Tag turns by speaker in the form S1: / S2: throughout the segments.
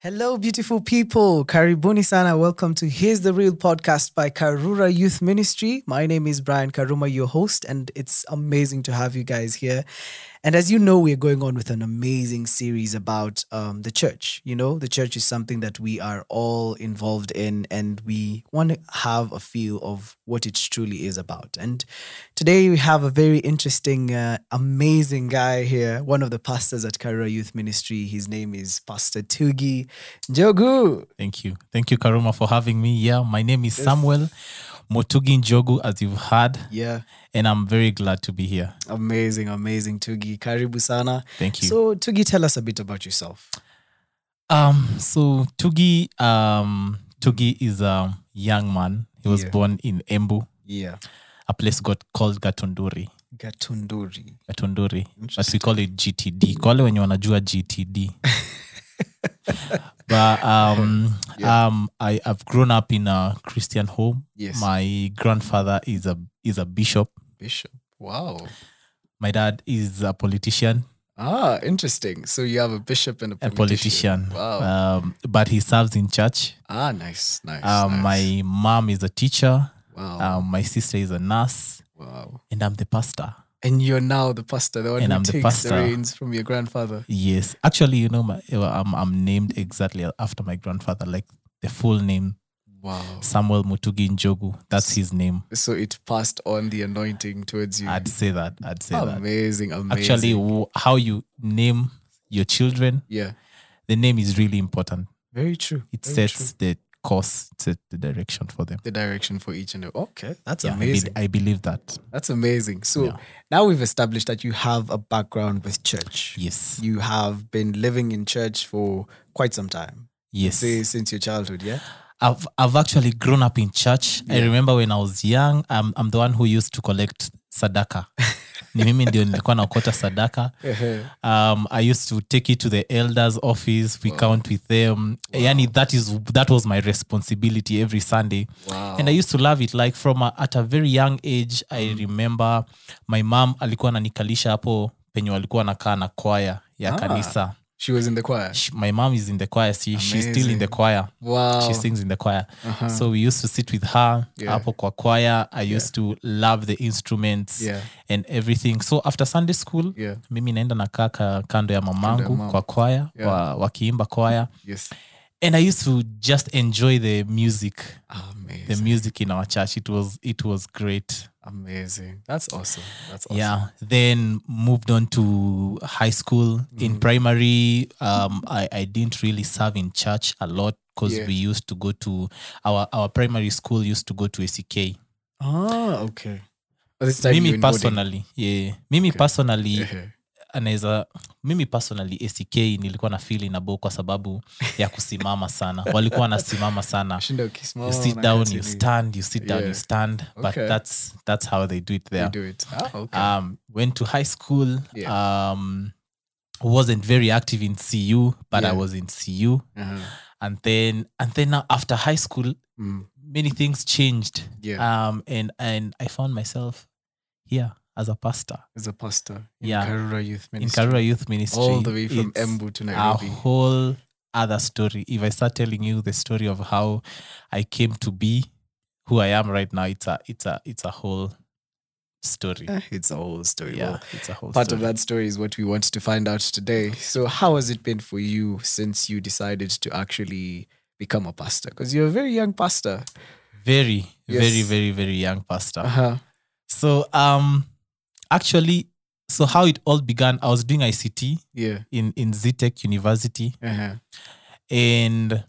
S1: Hello, beautiful people. Karibuni sana. Welcome to Here's the Real podcast by Karura Youth Ministry. My name is Brian Karuma, your host, and it's amazing to have you guys here. And as you know, we're going on with an amazing series about um, the church. You know, the church is something that we are all involved in, and we want to have a feel of what it truly is about. And today we have a very interesting, uh, amazing guy here, one of the pastors at Karura Youth Ministry. His name is Pastor Tugi Jogu.
S2: Thank you. Thank you, Karuma, for having me. Yeah, my name is Samuel Motugi Njogu, as you've heard,
S1: Yeah,
S2: and I'm very glad to be here.
S1: amazing, amazing Tugi. Karibu sana.
S2: Thank you.
S1: So, Tugi, tell us a bit about yourself.
S2: um, so Tugi, um, Tugi is a young man. He was
S1: Yeah.
S2: born in Embu,
S1: Yeah.
S2: a place got called Gatunduri.
S1: Gatunduri.
S2: Gatunduri, but we call it GTD. Kole wenye wanajua GTD. but um, um, I, I've grown up in a Christian home.
S1: Yes.
S2: My grandfather is a is a bishop.
S1: Bishop. Wow.
S2: My dad is a politician,
S1: Ah, interesting. So you have a bishop and a
S2: a
S1: politician.
S2: politician,
S1: Wow.
S2: um, but he serves in church.
S1: ah, nice, nice. Oh.
S2: Um,
S1: nice.
S2: My mom is a teacher.
S1: wow,
S2: Um, my sister is a nurse,
S1: wow.
S2: and I'm the pastor.
S1: And you're now the pastor, the one
S2: And
S1: who
S2: I'm the
S1: takes the,
S2: pastor.
S1: reins from your grandfather.
S2: Yes, actually, you know, my, uh, I'm I'm named exactly after my grandfather, like the full name
S1: Wow.
S2: Samuel Mutugi Njogu. That's his name.
S1: So it passed on the anointing towards you.
S2: I'd say that. I'd say that.
S1: amazing, amazing.
S2: Actually, w- how you name your children,
S1: yeah,
S2: the name is really important.
S1: very true.
S2: It
S1: very true.
S2: sets the course, it sets the direction for them.
S1: the direction for each and every. Okay, that's
S2: Yeah, I, be-
S1: amazing.
S2: I believe that.
S1: That's amazing. So
S2: Yeah.
S1: now we've established that you have a background with church.
S2: Yes.
S1: You have been living in church for quite some time.
S2: Yes.
S1: Say since your childhood, yeah?
S2: I've I've actually grown up in church. I remember when I was young, I'm I'm the one who used to collect sadaka. Ni mimi ndio nilikuwa naokota sadaka. Um, I used to take it to the elders office. We count with them. Yani that is that was my responsibility every Sunday.
S1: Wow.
S2: And I used to love it like from a, at a very young age
S1: Mm.
S2: I remember my mom alikuwa ananikalisha hapo penye walikuwa nakaa na kwaya
S1: Ah.
S2: ya kanisa.
S1: She was in the choir.
S2: She, my mom is in the choir. She, she's still in
S1: Amazing.
S2: the choir.
S1: Wow.
S2: she sings in the choir so we used to sit with her
S1: Oh. Uh-huh. Yeah.
S2: hapo kwa choir i used to love the instruments
S1: Yeah.
S2: and everything so after sunday school
S1: Yeah.
S2: mimi naenda nakaa ka- kando ya mamangu
S1: mama.
S2: kwa choir
S1: Yeah.
S2: wa, wakiimba choir
S1: Yes.
S2: and i used to just enjoy the music the
S1: Amazing.
S2: music in our church it was it was great
S1: Amazing. That's awesome. That's awesome.
S2: yeah then moved on to high school
S1: Mm.
S2: in primary um I, I didn't really serve in church a lot because
S1: Yeah.
S2: we used to go to our our primary school used to go to ack
S1: Ah, okay. But this time you're
S2: mimi
S1: in boarding.
S2: personally yeah mimi personally
S1: Eh,
S2: anaweza mimi personally ack nilikuwa na fili na bo kwa sababu ya kusimama sana walikuwa wanasimama sana
S1: Shinda ukisimama
S2: you sit
S1: unaangalia
S2: down you
S1: TV.
S2: stand you sit down
S1: Oh, Yeah.
S2: you stand but
S1: Okay.
S2: that's that's how they do it
S1: You
S2: there
S1: do it. Ah, okay.
S2: um, went to high school
S1: Yeah.
S2: um, wasn't very active in cu but
S1: Yeah.
S2: i was in cu
S1: Uh-huh.
S2: and then and then now after high school
S1: Mm.
S2: many things changed
S1: Yeah.
S2: um, and and i found myself here as a pastor
S1: As a pastor in
S2: yeah.
S1: Karura Youth
S2: in
S1: Ministry.
S2: karura youth ministry
S1: All the way from
S2: It's
S1: Embu to
S2: a
S1: Nairobi.
S2: whole other story if i start telling you the story of how i came to be who i am right now it's a it's a it's a whole story
S1: Eh, It's a whole story.
S2: yeah
S1: Well,
S2: it's a whole
S1: Part
S2: story.
S1: of that story is what we want to find out today. So, how has it been for you since you decided to actually become a pastor? Because you're a very young pastor.
S2: very very
S1: Yes.
S2: very very young pastor
S1: Uh-huh.
S2: so um actually so how it all began i was doing ict
S1: Yeah.
S2: in in ztech university
S1: Uh-huh.
S2: and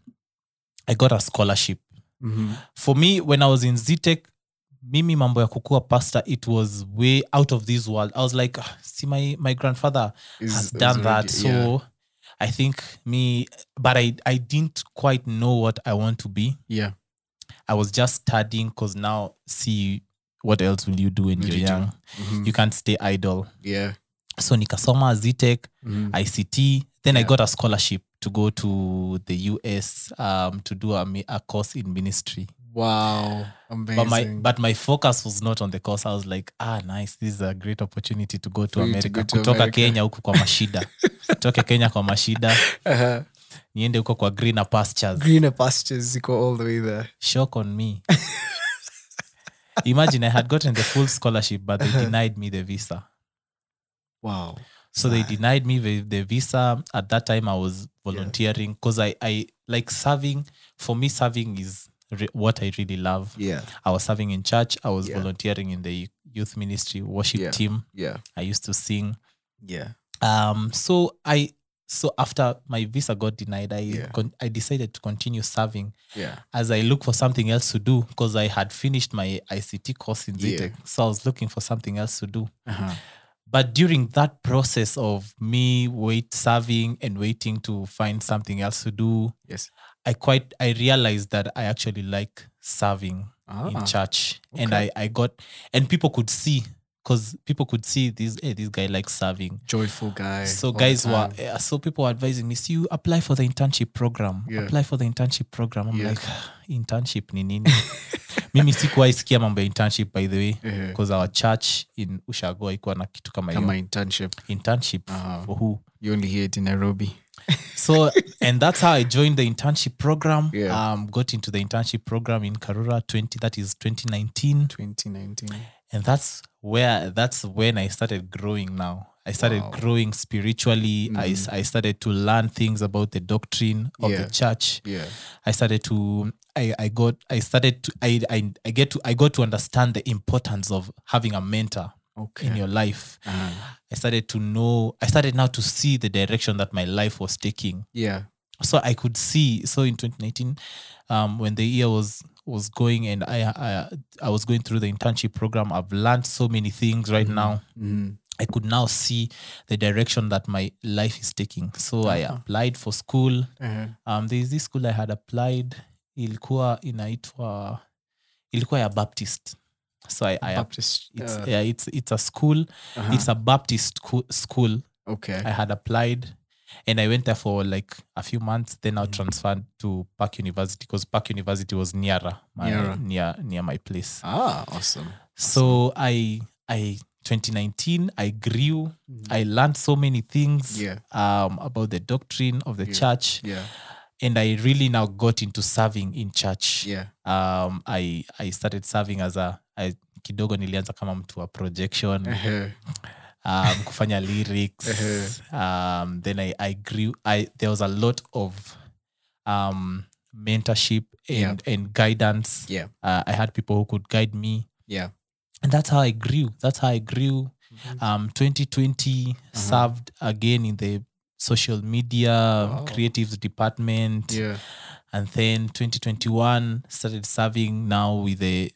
S2: i got a scholarship
S1: Mm-hmm.
S2: for me when i was in ztech mimi mambo ya kukua pastor it was way out of this world i was like "Ah, see my my grandfather has done that so i think me but i i didn't quite know what i want to be
S1: yeah,
S2: I was just studying because now see what else will you do when
S1: What
S2: you're
S1: you do.
S2: young?
S1: Mhm.
S2: You can't stay idle.
S1: yeah,
S2: So nikasoma Ztech,
S1: Mhm.
S2: ICT. Then I
S1: Yeah.
S2: got a scholarship to go to the US um, to do a, mi- a course in ministry.
S1: Wow, amazing.
S2: But my but my focus was not on the course. I was like, ah, nice. This is a great opportunity to go to
S1: For you to
S2: America.
S1: go to
S2: Kutoka
S1: America.
S2: Kenya huku kwa mashida. Kutoka Kenya kwa mashida.
S1: Uh-huh.
S2: niende huko kwa greener pastures
S1: greener pastures ziko all the way there
S2: shock on me imagine i had gotten the full scholarship but they denied me the visa
S1: wow
S2: so they denied me the, the visa at that time i was volunteering because I, I like serving for me serving is re- what i really love
S1: yeah
S2: i was serving in church i was
S1: Yeah.
S2: volunteering in the youth ministry worship
S1: Yeah.
S2: team
S1: yeah
S2: i used to sing
S1: yeah
S2: um so i so after my visa got denied i
S1: Yeah.
S2: con- i decided to continue serving
S1: yeah
S2: as i look for something else to do because i had finished my ict course in
S1: Yeah.
S2: zitec so i was looking for something else to do
S1: uh-huh.
S2: but during that process of me wait serving and waiting to find something else to do
S1: yes
S2: i quite i realized that i actually like serving
S1: Ah,
S2: in church and
S1: okay.
S2: i i got and people could see because people could see this hey, this guy likes serving
S1: joyful guy
S2: so
S1: all the
S2: guys were
S1: time.
S2: yeah, so people were advising me see you apply for the internship program
S1: Yeah.
S2: apply for the internship program i'm
S1: Yeah.
S2: like "Ah, internship ni nini mimi sikuwahi sikia mambo ya internship by the way
S1: Eh,
S2: because our church in ushago haikuwa na kitu kama hiyo
S1: kama internship
S2: internship
S1: Uh-huh.
S2: for who
S1: you only hear it in nairobi
S2: so and that's how i joined the internship program
S1: Yeah.
S2: um, got into the internship program in karura 20 that is 2019
S1: 2019
S2: and that's where that's when i started growing now i started
S1: Wow. Mm.
S2: growing spiritually I s I I, started to learn things about the doctrine of
S1: Yeah.
S2: the church
S1: yeah
S2: i started to I, I got i started to I, I i get to i got to understand the importance of having a mentor
S1: okay
S2: in your life
S1: uh-huh.
S2: i started to know i started now to see the direction that my life was taking
S1: yeah
S2: so I could see. So in 2019, um, when the year was was going and I I, I was going through the internship program, I've learned so many things right now.
S1: Mhm.
S2: I could now see the direction that my life is taking. So I
S1: Uh-huh.
S2: applied for school.
S1: Uh-huh.
S2: Um, there's this school I had applied. Ilikuwa inaitwa ilikuwa ya Baptist. So I, I
S1: Baptist,
S2: it's
S1: uh,
S2: yeah, it's it's a school.
S1: uh-huh.
S2: It's a Baptist co- school.
S1: okay
S2: I had applied and I went there for like a few months. Then
S1: Mm.
S2: I transferred to Park University because Park University was nearer, my,
S1: Nearer.
S2: near near my place.
S1: ah awesome
S2: So I I 2019 I grew. I learned so many things
S1: Yeah.
S2: um, about the doctrine of the church,
S1: yeah
S2: and I really now got into serving in church.
S1: yeah
S2: Um, I I started serving as a I, kidogo nilianza kama mtu wa projection
S1: uh-huh.
S2: um, kufanya lyrics
S1: Ehe.
S2: um, then I, I grew I, there was a lot of um, mentorship and, and guidance
S1: yeah
S2: uh, i had people who could guide me
S1: yeah
S2: and that's how i grew that's how i grew um, 2020
S1: Uh-huh.
S2: served again in the social media
S1: Wow.
S2: creatives department
S1: yeah
S2: and then 2021 started serving now with the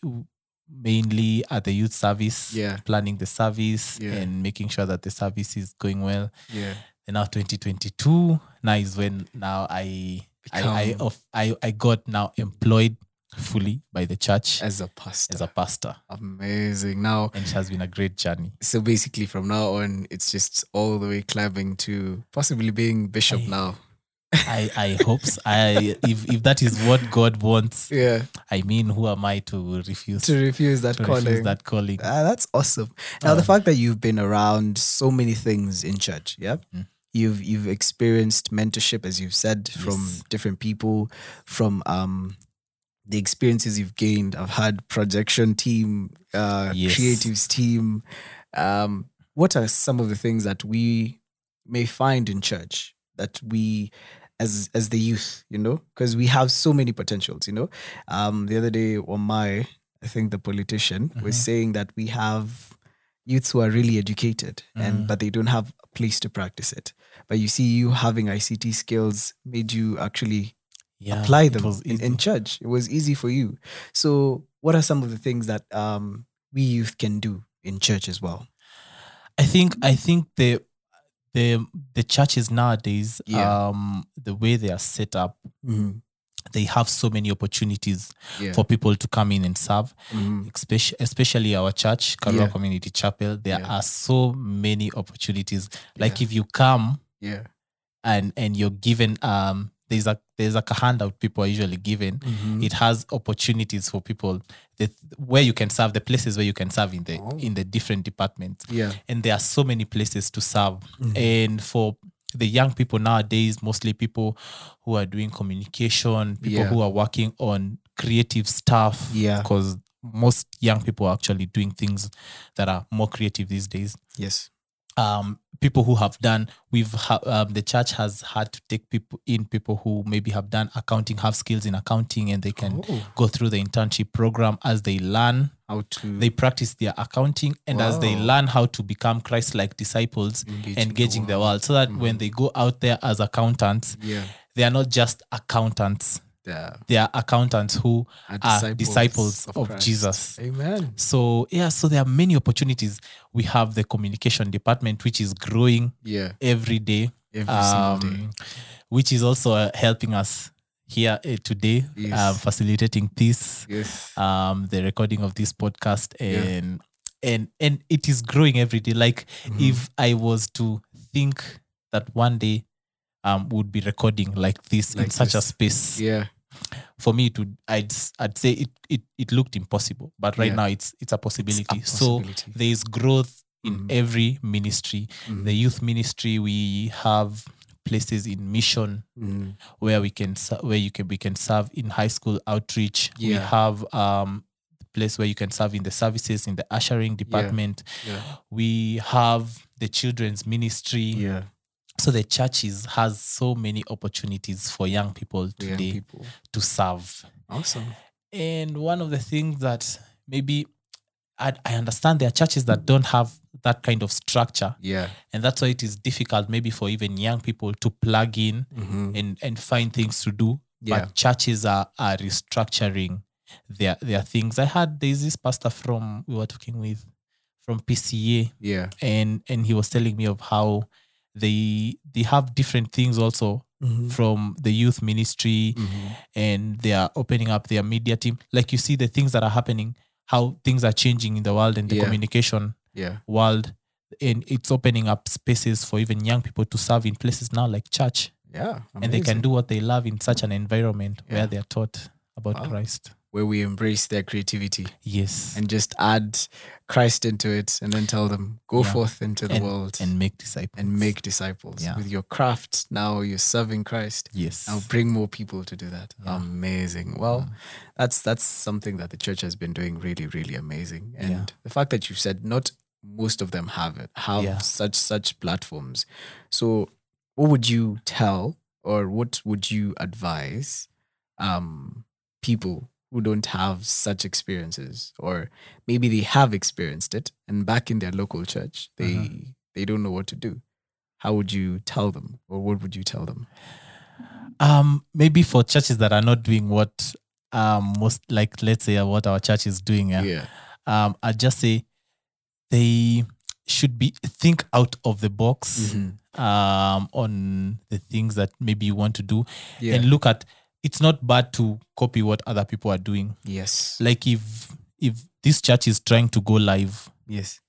S2: mainly at the youth service
S1: Yeah.
S2: planning the service
S1: Yeah.
S2: and making sure that the service is going well
S1: yeah
S2: and now 2022 now is when now i I, I,
S1: Become-
S2: of, I i got now employed fully by the church
S1: as
S2: as,
S1: a pastor
S2: a pastor
S1: amazing now
S2: and it has been a great journey
S1: so basically from now on it's just all the way climbing to possibly being bishop
S2: Aye.
S1: now
S2: i i hope so. i if, if that is what god wants
S1: yeah
S2: i mean who am i to refuse
S1: to refuse that
S2: to
S1: calling
S2: refuse that calling
S1: Ah, that's awesome. Now
S2: Um,
S1: the fact that you've been around so many things in church, yeah. You've you've experienced mentorship, as you've said, from
S2: Mm. Yes.
S1: different people, from um the experiences you've gained. I've had projection team, uh,
S2: Yes.
S1: creatives team. Um, what are some of the things that we may find in church that we as as the youth, you know, because we have so many potentials, you know. Um, the other day, Wamai, I think the politician, was
S2: Mm-hmm.
S1: saying that we have youths who are really educated
S2: Mm.
S1: and but they don't have a place to practice it. But you see, you having ICT skills made you actually
S2: yeah,
S1: apply
S2: it
S1: them
S2: was
S1: in,
S2: easy.
S1: in church. It was easy for you. So, what are some of the things that um, we youth can do in church as well?
S2: I think I think the the the churches nowadays,
S1: Yeah.
S2: um, the way they are set up,
S1: Mhm.
S2: they have so many opportunities
S1: Mm-hmm. Yeah.
S2: Mm-hmm. for people to come in and serve.
S1: Mhm.
S2: Especially, especially our church, Karua
S1: Yeah.
S2: Community Chapel, there
S1: Yeah.
S2: are so many opportunities. Like
S1: Yeah.
S2: if you come
S1: Yeah.
S2: and and you're given um there's a there's like a handout people are usually given.
S1: Mhm.
S2: It has opportunities for people that where you can serve, the places where you can serve in the
S1: Oh.
S2: in the different departments
S1: Yeah. Mm-hmm.
S2: and there are so many places to serve and for to the young people nowadays, mostly people who are doing communication, people
S1: Yeah.
S2: who are working on creative stuff.
S1: Yeah.
S2: Because most young people are actually doing things that are more creative these days.
S1: Yes.
S2: Um, people who have done, we've ha- um, the church has had to take people in people who maybe have done accounting, have skills in accounting, and they can
S1: Oh.
S2: go through the internship program as they learn
S1: How to
S2: they practice their accounting and as they
S1: Wow.
S2: learn how to become christ-like disciples
S1: Engaging
S2: engaging,
S1: the Mm-hmm.
S2: the world, so that when they go out there as accountants
S1: yeah.
S2: they are not just accountants
S1: The
S2: they are accountants who
S1: Are disciples
S2: are Uh, disciples,
S1: of
S2: of,
S1: Christ.
S2: jesus
S1: Amen.
S2: so yeah so there are many opportunities we have the communication department which is growing
S1: Yeah.
S2: every day
S1: Every single day.
S2: um, which is also uh, helping us here uh, today
S1: Yes.
S2: um, facilitating peace
S1: Yes.
S2: um the recording of this podcast
S1: Yeah.
S2: and and and it is growing every day like
S1: Mm-hmm.
S2: Mm-hmm. if i was to think that one day um would be recording like this in
S1: Like
S2: such a
S1: this.
S2: space
S1: Yeah.
S2: for me it would i'd s- i'd say it it, it looked impossible but right
S1: Yeah.
S2: now it's it's a possibility, so
S1: possibility.
S2: there is growth in
S1: Mhm.
S2: every ministry
S1: Mhm.
S2: the youth ministry we have places in mission
S1: Mhm.
S2: where we can ser- where you can we can serve in high school outreach. We
S1: Yeah.
S2: have um place where you can serve in the services in the ushering department.
S1: Yeah.
S2: We have the children's ministry.
S1: Yeah.
S2: So the churches has so many opportunities for young people
S1: The
S2: today
S1: young people.
S2: to serve.
S1: Awesome.
S2: And one of the things that maybe I, I understand there are churches that don't have that kind of structure,
S1: Yeah.
S2: and that's why it is difficult maybe for even young people to plug in
S1: Mhm.
S2: and and find things to do.
S1: Yeah.
S2: But churches are are restructuring their their things. I had there's this pastor from we were talking with from PCA
S1: Yeah.
S2: and and he was telling me of how they they have different things also from the youth ministry
S1: Mhm.
S2: and they are opening up their media team. Like you see the things that are happening, how things are changing in the world and the
S1: Yeah.
S2: communication
S1: Yeah.
S2: world. And it's opening up spaces for even young people to serve in places now like church
S1: Yeah.
S2: and they
S1: Amazing.
S2: can do what they love in such an environment
S1: Yeah.
S2: where they are taught about
S1: Wow.
S2: Christ.
S1: where we embrace their creativity
S2: Yes.
S1: and just add Christ into it and then tell them, go
S2: Yeah.
S1: forth into the
S2: And-
S1: world and,
S2: And make disciples.
S1: make disciples
S2: Yeah.
S1: with your craft. Now you're serving Christ.
S2: Yes.
S1: Now bring more people to do that.
S2: Yeah.
S1: Amazing. Well, that's that's something that the church has been doing really, really amazing. And
S2: Yeah.
S1: the fact that you said not most of them have it, have
S2: Yeah.
S1: such such platforms. So what would you tell or what would you advise um people who don't have such experiences or maybe they have experienced it and back in their local church they
S2: Uh-huh.
S1: they don't know what to do how would you tell them or what would you tell them
S2: Um, maybe for churches that are not doing what um most like let's say uh, what our church is doing, yeah.
S1: yeah
S2: Um, I just say they should be think out of the box
S1: Mhm.
S2: um on the things that maybe you want to do
S1: yeah
S2: and look at it's not bad to copy what other people are doing.
S1: yes
S2: Like if if this church is trying to go live,
S1: yes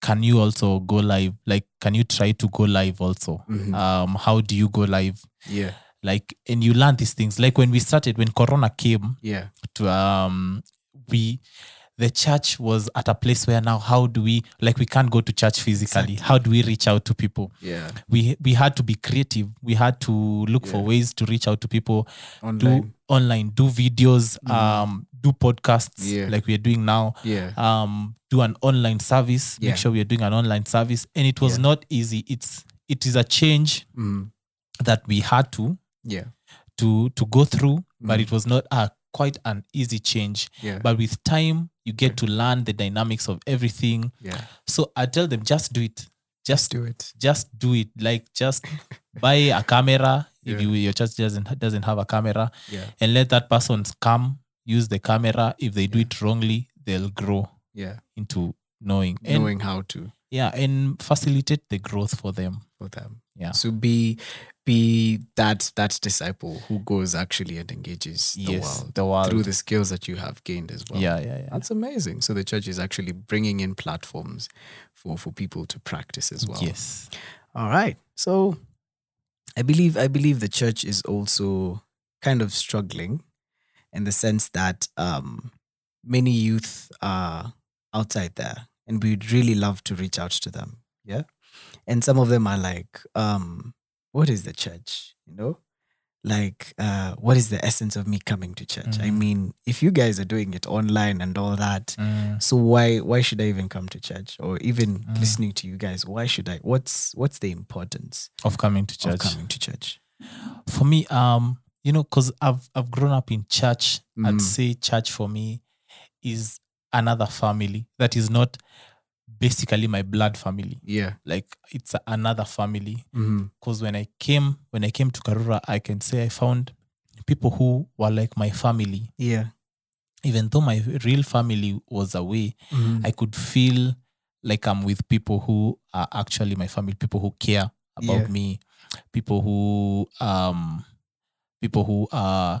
S2: can you also go live? Like, can you try to go live also?
S1: Mhm.
S2: Um, how do you go live?
S1: yeah
S2: Like, and you learn these things. Like when we started, when Corona came,
S1: yeah
S2: to um, we, the church was at a place where now, how do we? Like, we can't go to church physically. How do we reach out to people?
S1: yeah
S2: We we had to be creative. We had to look for
S1: Yeah.
S2: ways to reach out to people.
S1: online Mm.
S2: Do online, do videos, um, do podcasts
S1: Yeah.
S2: like we are doing now
S1: yeah
S2: um, do an online service.
S1: Yeah.
S2: Make sure we are doing an online service, and it was
S1: Yeah.
S2: not easy. It's it is a change
S1: Mhm.
S2: that we had to
S1: yeah
S2: to to go through, but
S1: Mhm.
S2: it was not a quite an easy change.
S1: yeah
S2: But with time, you get to learn the dynamics of everything.
S1: yeah
S2: So I tell them, just do it, just
S1: do it
S2: just do it. Like just buy a camera
S1: Yeah.
S2: if you your church doesn't doesn't have a camera,
S1: yeah
S2: and let that person come use the camera. If they do it wrongly, they'll grow
S1: yeah
S2: into knowing and
S1: knowing how to
S2: yeah and facilitate the growth for them
S1: for them
S2: yeah
S1: So be be that that disciple who goes actually and engages the
S2: yes
S1: world
S2: the world
S1: through the skills that you have gained as well.
S2: yeah yeah yeah
S1: That's amazing. So the church is actually bringing in platforms for for people to practice as well.
S2: yes
S1: All right. So I believe I believe the church is also kind of struggling in the sense that um, many youth are outside there and we'd really love to reach out to them. Yeah. And some of them are like, um, what is the church? You know, like uh, what is the essence of me coming to church? I
S2: Mm.
S1: mean, if you guys are doing it online and all that,
S2: Mm.
S1: so why why should I even come to church or even
S2: Ah.
S1: listening to you guys? Why should I? What's what's the importance
S2: of coming to
S1: of
S2: church.
S1: coming to church?
S2: for me, um, you know, because I've I've grown up in church.
S1: Mm.
S2: I'd say church for me is another family that is not basically my blood family.
S1: Yeah.
S2: Like it's another family.
S1: Mm.
S2: Because when I came when I came to Karura, I can say I found people who were like my family.
S1: Yeah.
S2: Even though my real family was away,
S1: Mm.
S2: I could feel like I'm with people who are actually my family, people who care about
S1: Yeah.
S2: me, people who um people who uh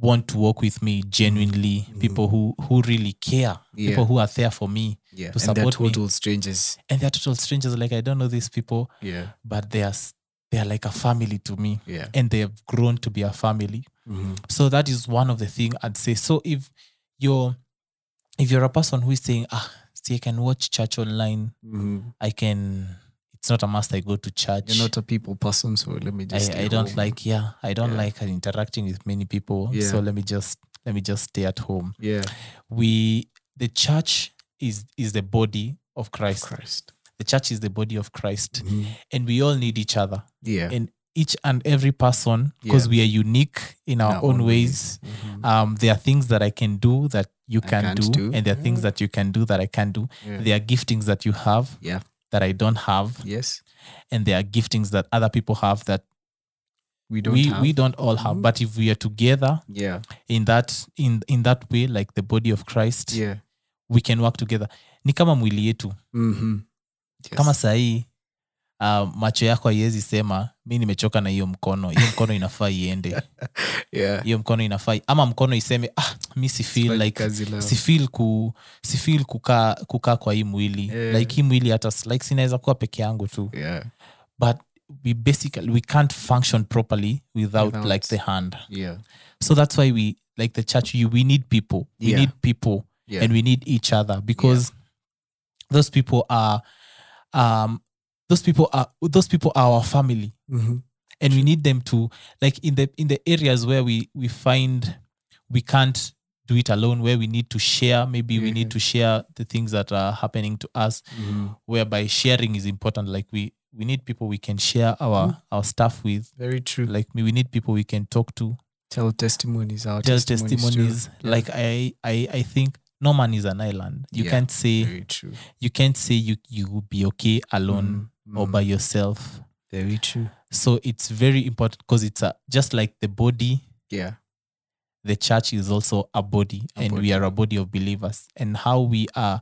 S2: want to work with me genuinely,
S1: Mhm.
S2: people who who really care,
S1: Yeah.
S2: people who are there for me.
S1: yeah.
S2: to
S1: and they're
S2: support me.
S1: total strangers.
S2: And they're total strangers. Like I don't know these people,
S1: Yeah.
S2: but they are s- they are like a family to me.
S1: Yeah.
S2: And they have grown to be a family.
S1: Mhm.
S2: So that is one of the things I'd say. So if you're if you're a person who is saying, ah, see, I can watch church online
S1: Mhm.
S2: I can. It's not a must. I go to church.
S1: You're not a people person, so let me just.
S2: I,
S1: stay
S2: I don't
S1: home.
S2: like. Yeah, I don't
S1: Yeah.
S2: like interacting with many people.
S1: Yeah.
S2: So let me just let me just stay at home.
S1: Yeah.
S2: We the church is is the body of Christ.
S1: Christ.
S2: The church is the body of Christ, and we all need each other.
S1: Mm-hmm. Yeah.
S2: And each and every person, because
S1: Yeah.
S2: we are unique in our, own, ways.
S1: Mhm.
S2: Um, there are things that I can do that you
S1: I
S2: can
S1: can't
S2: do,
S1: do. Mm.
S2: and there are things that you can do that I can do.
S1: Yeah.
S2: There are giftings that you have
S1: Yeah.
S2: that I don't have.
S1: Yes.
S2: and there are giftings that other people have that
S1: We don't.
S2: we
S1: have.
S2: we don't all have.
S1: Mhm.
S2: But if we are together
S1: Yeah.
S2: in that in in that way, like the body of Christ,
S1: Yeah.
S2: we can work together. Ni kama mwili yetu
S1: Mm-hmm. Yes.
S2: kama sahii uh, macho yako haiwezi sema mi nimechoka na hiyo mkono hiyo mkono inafaa iende
S1: yeah.
S2: hiyo mkono inafaa i-" ama mkono iseme ah mi si feel
S1: Sifanyi
S2: like
S1: kazi leo.
S2: si feel ku si feel kukaa kukaa kwa hii mwili
S1: Yeah.
S2: like hii mwili hata s- like sinaweza kuwa peke yangu tu
S1: Yeah.
S2: but we basically we can't function properly without,
S1: Without.
S2: like the hand
S1: Yeah.
S2: so that's why we like the church you we need people we
S1: Yeah.
S2: need people
S1: Yeah.
S2: and we need each other because those people are um those people are those people are our family
S1: Mhm.
S2: and we need them to like in the in the areas where we we find we can't do it alone where we need to share maybe we need
S1: Mhm.
S2: to share the things that are happening to us
S1: Mhm.
S2: whereby sharing is important. Like we we need people we can share our our stuff with.
S1: Mm. Very true.
S2: Like me, we need people we can talk to,
S1: tell testimonies. Our
S2: tell
S1: testimonies. too.
S2: testimonies.
S1: Yeah.
S2: Like I I I think no man is an island. You
S1: Yeah.
S2: can't say
S1: Very true.
S2: you can't say you you will be okay alone
S1: Mhm.
S2: or by yourself.
S1: Very true.
S2: So it's very important because it's a, just like the body.
S1: Yeah.
S2: The church is also a body,
S1: A
S2: and
S1: body.
S2: we are a body of believers. And how we are,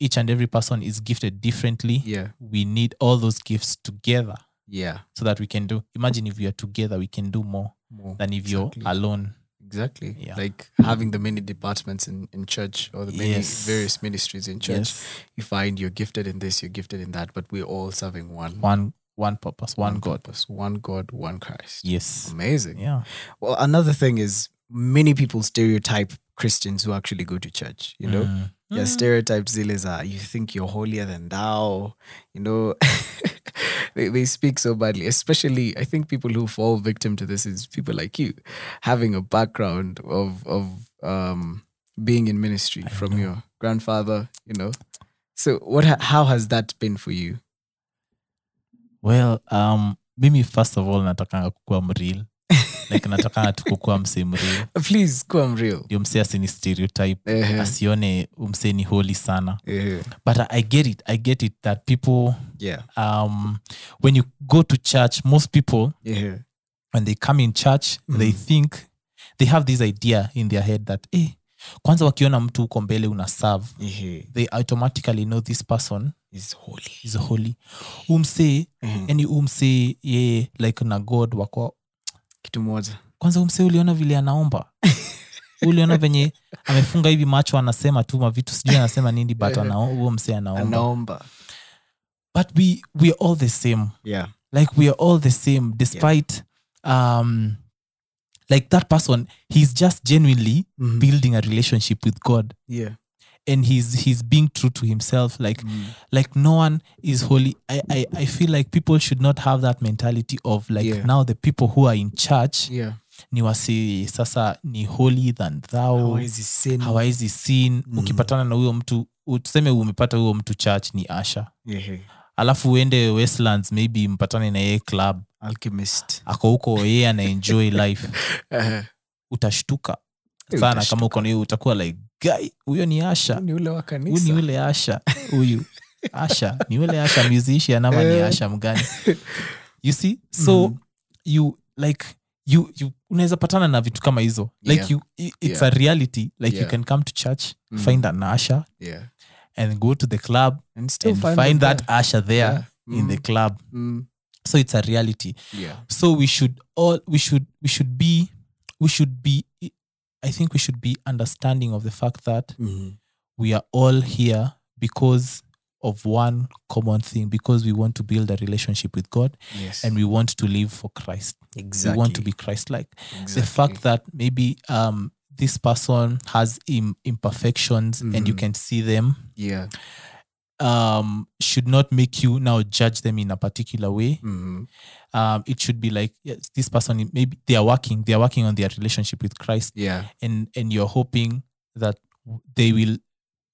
S2: each and every person is gifted differently.
S1: Yeah.
S2: We need all those gifts together.
S1: Yeah.
S2: so that we can do. Imagine if we are together, we can do more
S1: More.
S2: than if
S1: Exactly.
S2: you're alone.
S1: Exactly.
S2: Yeah.
S1: Like having the many departments in, in church or the many
S2: Yes.
S1: various ministries in church.
S2: Yes.
S1: You find you're gifted in this, you're gifted in that, but we're all serving one
S2: One one purpose,
S1: Mm.
S2: one God.
S1: purpose, one God, one Christ.
S2: Yes.
S1: Amazing.
S2: Yeah.
S1: Well, another thing is many people stereotype Christians who actually go to church. You know,
S2: Mm.
S1: yeah, stereotypes zile za you think you're holier than thou. You know, they, they speak so badly. Especially, I think people who fall victim to this is people like you, having a background of of um, being in ministry from your grandfather. You know, so what? ha- How has that been for you?
S2: Well, um, mimi first of all natakanga kukua mreal. like natakanga tu kukua msee mreal.
S1: Please, come real.
S2: Ndio msee asini stereotype.
S1: Eh,
S2: Asione umsee ni holy sana.
S1: eh,
S2: But I, I get it. I get it that people
S1: yeah,
S2: um when you go to church, most people
S1: yeah,
S2: when they come in church they think they have this idea in their head that eh, kwanza wakiona mtu huko mbele una serve
S1: yeah.
S2: they automatically know this person
S1: Uh-huh. It's holy.
S2: is holy umsee
S1: Mhm.
S2: yani umsee ye like na god wako
S1: Kitu moja.
S2: kwanza umsee uliona vile anaomba uliona venye amefunga hivi macho anasema tu mavitu sijui anasema nini but
S1: Eh.
S2: anao- huo msee anaomba
S1: Anaomba.
S2: but we, we are all the same
S1: Yeah.
S2: like we are all the same despite um like that person he's just genuinely
S1: Mhm.
S2: building a relationship with god
S1: Yeah. Mm.
S2: and he's he's being true to himself like like no one is holy I, I i feel like people should not have that mentality of like
S1: Yeah.
S2: now the people who are in church
S1: yeah.
S2: ni wasi sasa ni holy than thou
S1: Hawezi sin.
S2: hawawezi sin ukipatana na huyo mtu u- tuseme umepata huyo mtu church ni asha
S1: Yeah.
S2: alafu uende westlands maybe mpatane na yeye club
S1: Alchemist.
S2: ako huko yeye anaenjoy life
S1: Uh,
S2: utashtuka
S1: Eh,
S2: sana
S1: utashtuka.
S2: kama uko na hiyo utakuwa like guy huyo ni asha
S1: ni ule wa
S2: huyu ni
S1: kanisa.
S2: yule asha huyu asha ni yule asha musician ama ni
S1: Eh.
S2: asha mgani you see so
S1: Mhm.
S2: you like you, you unaweza patana na vitu kama hizo like
S1: Yeah.
S2: you, i-
S1: Yeah.
S2: it's a reality like
S1: Yeah.
S2: you can come to church
S1: Mhm.
S2: find an asha
S1: Yeah.
S2: and go to the club
S1: And still
S2: and
S1: find,
S2: find,
S1: them
S2: that
S1: there.
S2: asha there
S1: Yeah.
S2: in the
S1: Mm,
S2: club
S1: mm,
S2: so it's a reality
S1: yeah.
S2: so we should all we should we should be we should be i think we should be understanding of the fact that
S1: Mm,
S2: we are all here because of one common thing because we want to build a relationship with god
S1: yes.
S2: and we want to live for christ
S1: exactly.
S2: we want to be christ like the
S1: Exactly.
S2: fact that maybe um this person has Im- imperfections and you
S1: Mhm.
S2: can see them
S1: Yeah.
S2: um should not make you now judge them in a particular way
S1: Mm,
S2: um, it should be like yes, this person maybe they are working they are working on their relationship with christ
S1: yeah.
S2: and and you're hoping that they will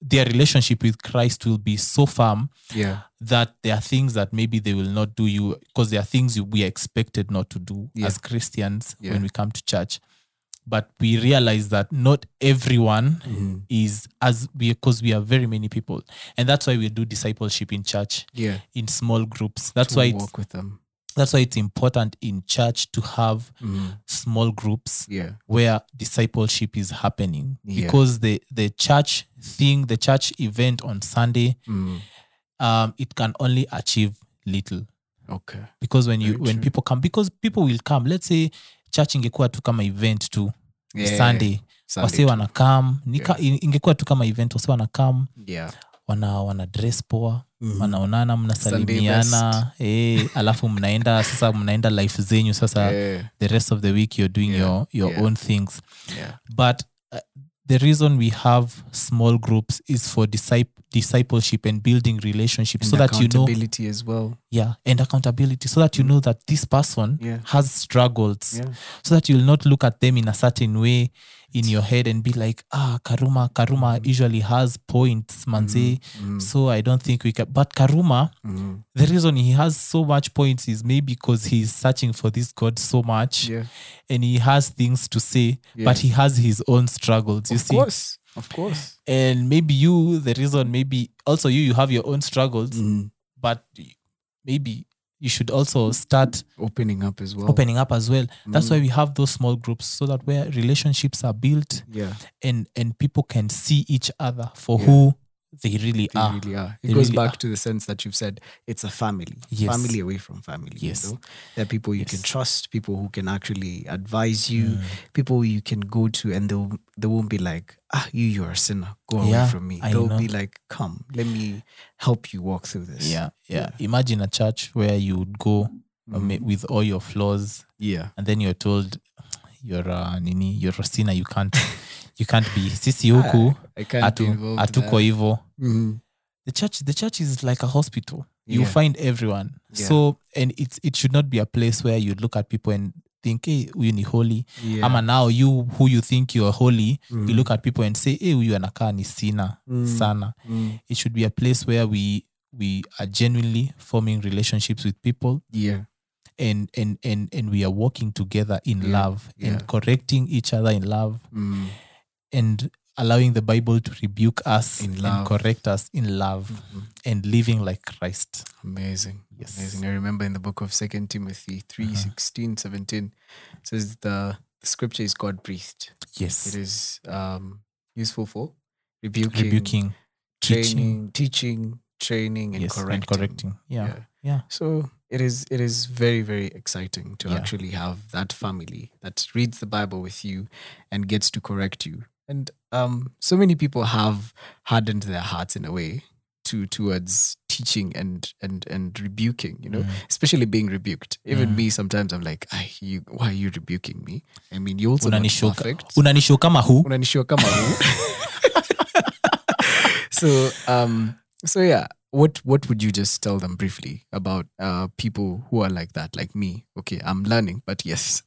S2: their relationship with christ will be so firm
S1: Yeah.
S2: that there are things that maybe they will not do you because there are things you, we are expected not to do
S1: Yeah.
S2: as christians
S1: Yeah.
S2: when we come to church but we realize that not everyone
S1: Mm,
S2: is as we because we are very many people and that's why we do discipleship in church
S1: yeah.
S2: in small groups that's
S1: To
S2: why it's
S1: walk with them.
S2: that's why it's important in church to have
S1: Mm,
S2: small groups
S1: yeah.
S2: where discipleship is happening
S1: Yeah.
S2: because the the church thing the church event on sunday
S1: Mm,
S2: um it can only achieve little
S1: okay.
S2: because when you
S1: Very
S2: when
S1: true.
S2: people come because people will come let's say church ingekuwa tu kama event tu sunday wase
S1: Sunday.
S2: wana come nika ingekuwa tu kama event wase wana come
S1: Yeah.
S2: wana wana dress poa
S1: Mhm.
S2: wanaonana
S1: Sunday
S2: mnasalimiana eh, alafu mnaenda sasa mnaenda life zenyu sasa
S1: Yeah.
S2: the rest of the week you're doing
S1: Yeah,
S2: your your
S1: yeah.
S2: own things
S1: Yeah.
S2: but uh, the reason we have small groups is for disciple discipleship and building relationships so that you know
S1: accountability as well.
S2: yeah and accountability so that you know that this person
S1: Yeah.
S2: has struggles
S1: Yeah.
S2: so that you'll not look at them in a certain way in your head and be like ah karuma karuma
S1: Mm.
S2: usually has points manze so i don't think we can but karuma
S1: Mm,
S2: the reason he has so much points is maybe because he's searching for this god so much
S1: yeah.
S2: and he has things to say,
S1: Yeah.
S2: but he has his own struggles, you
S1: Of
S2: see.
S1: course. Of course.
S2: And maybe you, the reason, maybe also you, you have your own struggles,
S1: Mm,
S2: but maybe you should also start
S1: opening up as well. Mm-hmm.
S2: opening up as well. That's
S1: Mm.
S2: why we have those small groups so that where relationships are built
S1: Yeah.
S2: and and people can see each other for who they really
S1: They
S2: are.
S1: really are. It
S2: They
S1: goes
S2: really
S1: back
S2: are.
S1: to the sense that you've said it's a family.
S2: Yes.
S1: Family away from family.
S2: Yes.
S1: You know? There are people you can
S2: Yes. Mm.
S1: trust, people who can actually advise you, people you can go to and they'll they won't be like, ah, you you're a sinner. Go
S2: Yeah,
S1: away from me.
S2: I
S1: They'll
S2: know.
S1: be like, come, let me help you walk through this.
S2: Yeah, yeah.
S1: Yeah.
S2: Imagine a church where you would go
S1: Mm.
S2: um, with all your flaws,
S1: Yeah.
S2: and then you're told you're a nini you're a sinner you can't you can't be sisi huku
S1: I Ah, can't be
S2: atu
S1: involved in
S2: atuko
S1: that.
S2: hivo
S1: Mhm.
S2: the church the church is like a hospital you
S1: Yeah.
S2: find everyone
S1: Yeah.
S2: so and it's it should not be a place where you look at people and think hey huyu ni holy
S1: Yeah.
S2: ama now you who you think you're holy
S1: Mm.
S2: you look at people and say hey huyu anakaa ni sina
S1: Mm.
S2: sana
S1: Mm.
S2: it should be a place where we we are genuinely forming relationships with people
S1: Yeah.
S2: and and and and we are working together in
S1: Yeah,
S2: love
S1: yeah.
S2: and correcting each other in love
S1: Mm.
S2: and allowing the bible to rebuke us
S1: In love. Mm-hmm.
S2: and correct us in love and living like christ
S1: Amazing.
S2: Yes. Uh-huh.
S1: Amazing. I remember in the book of Second Timothy 3, 16, 17, it says the, the scripture is God breathed. It
S2: yes
S1: is um, useful for rebuking,
S2: rebuking teaching
S1: training, teaching, training, and
S2: yes
S1: correcting.
S2: and correcting yeah yeah,
S1: Yeah. So it is it is very, very exciting to
S2: Yeah.
S1: actually have that family that reads the Bible with you and gets to correct you. And um, so many people have hardened their hearts in a way to towards teaching and and and rebuking, you know,
S2: Mm.
S1: especially being rebuked. Even me sometimes I'm like, "Ay, you why are you rebuking me? I mean you also not
S2: Unanishoka-
S1: perfect.
S2: unanishow kama hu
S1: Unanishow kama huu. so um so yeah what what would you just tell them briefly about uh people who are like that like me okay i'm learning but yes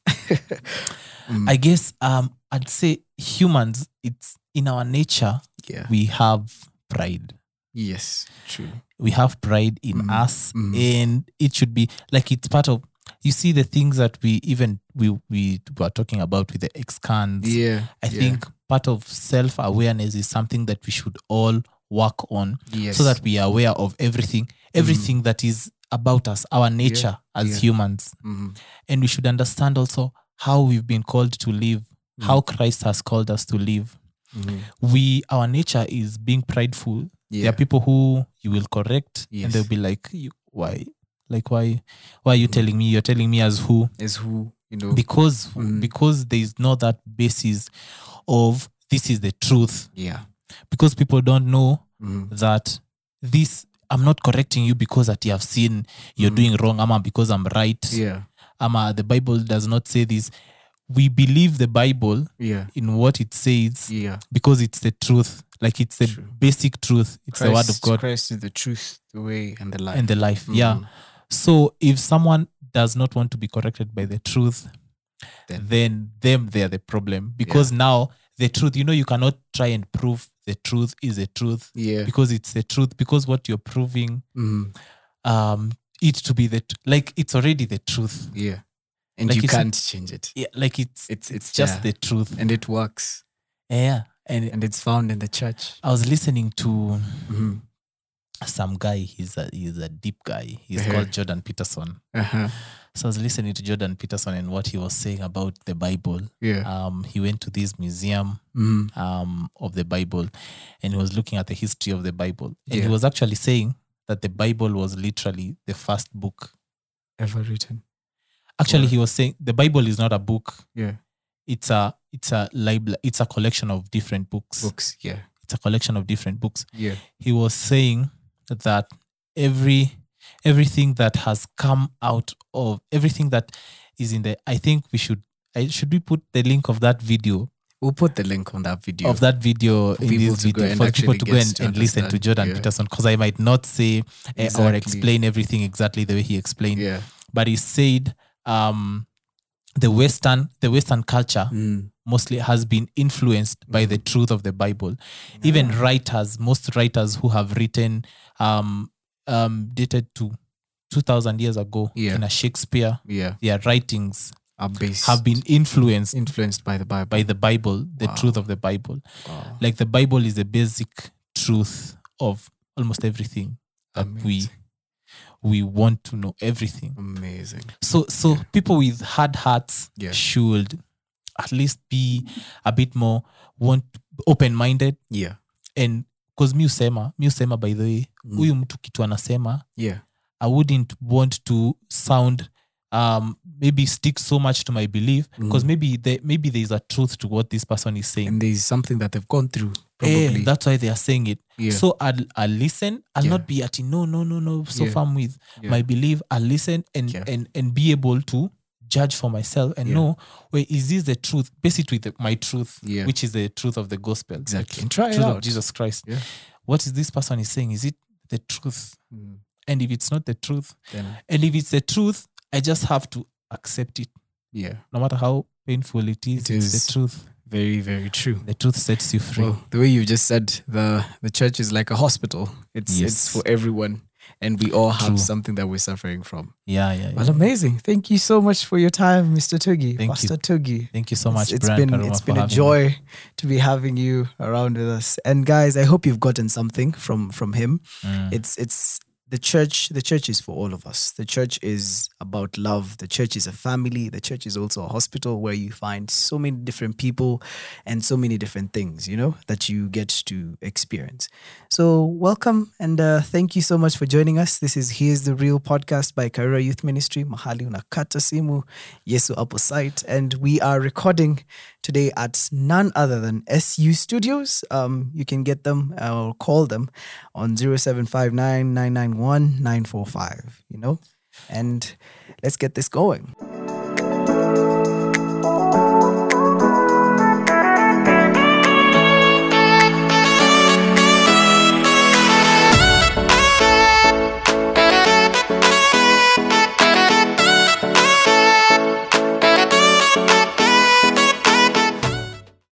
S1: Mm,
S2: I guess um, I'd say humans, it's in our nature,
S1: yeah
S2: we have pride.
S1: yes true
S2: We have pride in
S1: Mm,
S2: us,
S1: mm.
S2: and it should be like it's part of. You see the things that we even we we were talking about with the excans.
S1: yeah
S2: I
S1: yeah,
S2: think part of self awareness is something that we should all work on,
S1: yes Mm-hmm.
S2: so that we are aware of everything, everything that is about us, our nature as
S1: yeah.
S2: humans,
S1: Mhm.
S2: and we should understand also how we've been called to live, how
S1: Mm.
S2: Christ has called us to live.
S1: Mhm.
S2: we our nature is being prideful.
S1: yeah
S2: There are people who you will correct
S1: Yes. Mm.
S2: and they'll be like, you, why? Like why why are you telling me? You're telling me as who?
S1: is who you know
S2: Because
S1: Mm.
S2: because there is not that basis of this is the truth.
S1: yeah
S2: Because people don't know
S1: Mhm.
S2: that this I'm not correcting you because that you have seen you're
S1: Mm.
S2: doing wrong, ama because I'm right.
S1: yeah
S2: Ama the Bible does not say this. We believe the Bible
S1: yeah
S2: in what it says
S1: yeah
S2: because it's the truth. Like it's the
S1: True.
S2: basic truth. It's the word of
S1: Christ-
S2: God
S1: christ is the truth the way and the life
S2: and the life. Yeah.
S1: Mhm.
S2: So if someone does not want to be corrected by the truth,
S1: Then-
S2: then, them they are the problem because now the truth. You know, you cannot try and prove the truth is the truth
S1: yeah
S2: because it's the truth because what you're proving
S1: Mhm.
S2: um it to be the tr- like it's already the truth.
S1: yeah and
S2: Like
S1: you
S2: you said-
S1: can't change it
S2: Yeah, like it's
S1: It's-
S2: it's
S1: it's
S2: it's just
S1: there.
S2: the truth.
S1: and it works
S2: yeah, and
S1: and it's found in the church
S2: I was listening to
S1: Mhm.
S2: some guy. He's a he's a deep guy. He's
S1: Eh.
S2: called Jordan Peterson.
S1: uh-huh.
S2: So I was listening to Jordan Peterson and what he was saying about the Bible.
S1: yeah
S2: Um, he went to this museum
S1: Mhm.
S2: um, of the Bible and he was looking at the history of the Bible. And
S1: Yeah.
S2: he was actually saying that the Bible was literally the first book.
S1: ever written
S2: Actually,
S1: Wow.
S2: he was saying the Bible is not a book.
S1: yeah
S2: It's a it's a libla it's a collection of different books.
S1: books yeah
S2: It's a collection of different books.
S1: yeah
S2: He was saying that every everything that has come out of everything that is in the I think we should I should we put the link of that video
S1: we'll put the link on that video
S2: of that video
S1: For
S2: in
S1: people
S2: this
S1: to go
S2: video
S1: and
S2: for people
S1: actually
S2: to go
S1: get
S2: and,
S1: to
S2: and listen to
S1: understand,
S2: Jordan
S1: yeah.
S2: Peterson because I might not say eh, or
S1: Exactly.
S2: explain everything exactly the way he explained,
S1: yeah
S2: but he said um, the Western the Western culture
S1: Mm.
S2: mostly has been influenced by
S1: Mm-hmm.
S2: the truth of the Bible. Even writers, most writers who have written um, um, dated to two thousand years ago
S1: Yeah.
S2: in a Shakespeare,
S1: yeah
S2: their writings
S1: are based
S2: have been influenced
S1: influenced by the bible Oh,
S2: by the Bible, the
S1: Wow.
S2: truth of the Bible
S1: Wow.
S2: like the bible is the basic truth of almost everything that
S1: Amazing.
S2: we we want to know everything
S1: amazing
S2: so so people with hard hearts
S1: Yeah.
S2: should at least be a bit more want open-minded
S1: yeah
S2: and because mi usema mi usema by the way
S1: Mm.
S2: huyu mtu kitu anasema
S1: yeah
S2: i wouldn't want to sound um maybe stick so much to my belief because
S1: Mm.
S2: maybe there maybe there is a truth to what this person is saying
S1: and there's something that they've gone through
S2: Eh,
S1: probably
S2: that's why they are saying it
S1: yeah
S2: so I'll, I'll listen. I'll
S1: Yeah.
S2: not be at no, no, no, no. So
S1: Yeah.
S2: far I'm with
S1: Yeah.
S2: my belief. I'll listen and
S1: Yeah.
S2: and and be able to judge for myself and
S1: Yeah.
S2: know where is this the truth? Basically, the, my truth,
S1: Yeah.
S2: which is the truth of the gospel,
S1: Exactly.
S2: the
S1: And try it
S2: truth
S1: out.
S2: of Jesus Christ.
S1: Yeah.
S2: What is this person is saying? Is it the truth?
S1: Mm.
S2: And if it's not the truth,
S1: then
S2: and if it's the truth, I just have to accept it,
S1: yeah
S2: no matter how painful it is.
S1: It
S2: it's
S1: is.
S2: the truth.
S1: very very true
S2: The truth sets you free.
S1: Well, the way you just said the the church is like a hospital. It's it's
S2: Yes.
S1: for everyone, and we all have
S2: True.
S1: something that we're suffering from.
S2: yeah, yeah. yeah.
S1: Well, amazing! Thank you so much for your time, Mr. Tugi,
S2: Thank you
S1: Pastor Tugi.
S2: Thank you so
S1: It's-
S2: much,
S1: it's
S2: Brian
S1: been
S2: Karuma,
S1: it's
S2: for
S1: been a
S2: having me.
S1: joy to be having you around with us. And guys, I hope you've gotten something from from him.
S2: Mm.
S1: It's it's the church. The church is for all of us. The church is about love. The church is a family. The church is also a hospital where you find so many different people and so many different things. You know that you get to experience. So welcome and uh, thank you so much for joining us. This is here's the real podcast by Karura Youth Ministry. Mahali unakata simu Yesu apo site, and we are recording today at none other than SU Studios. Um, you can get them uh, or call them on 0759 991 945, you know? And let's get this going.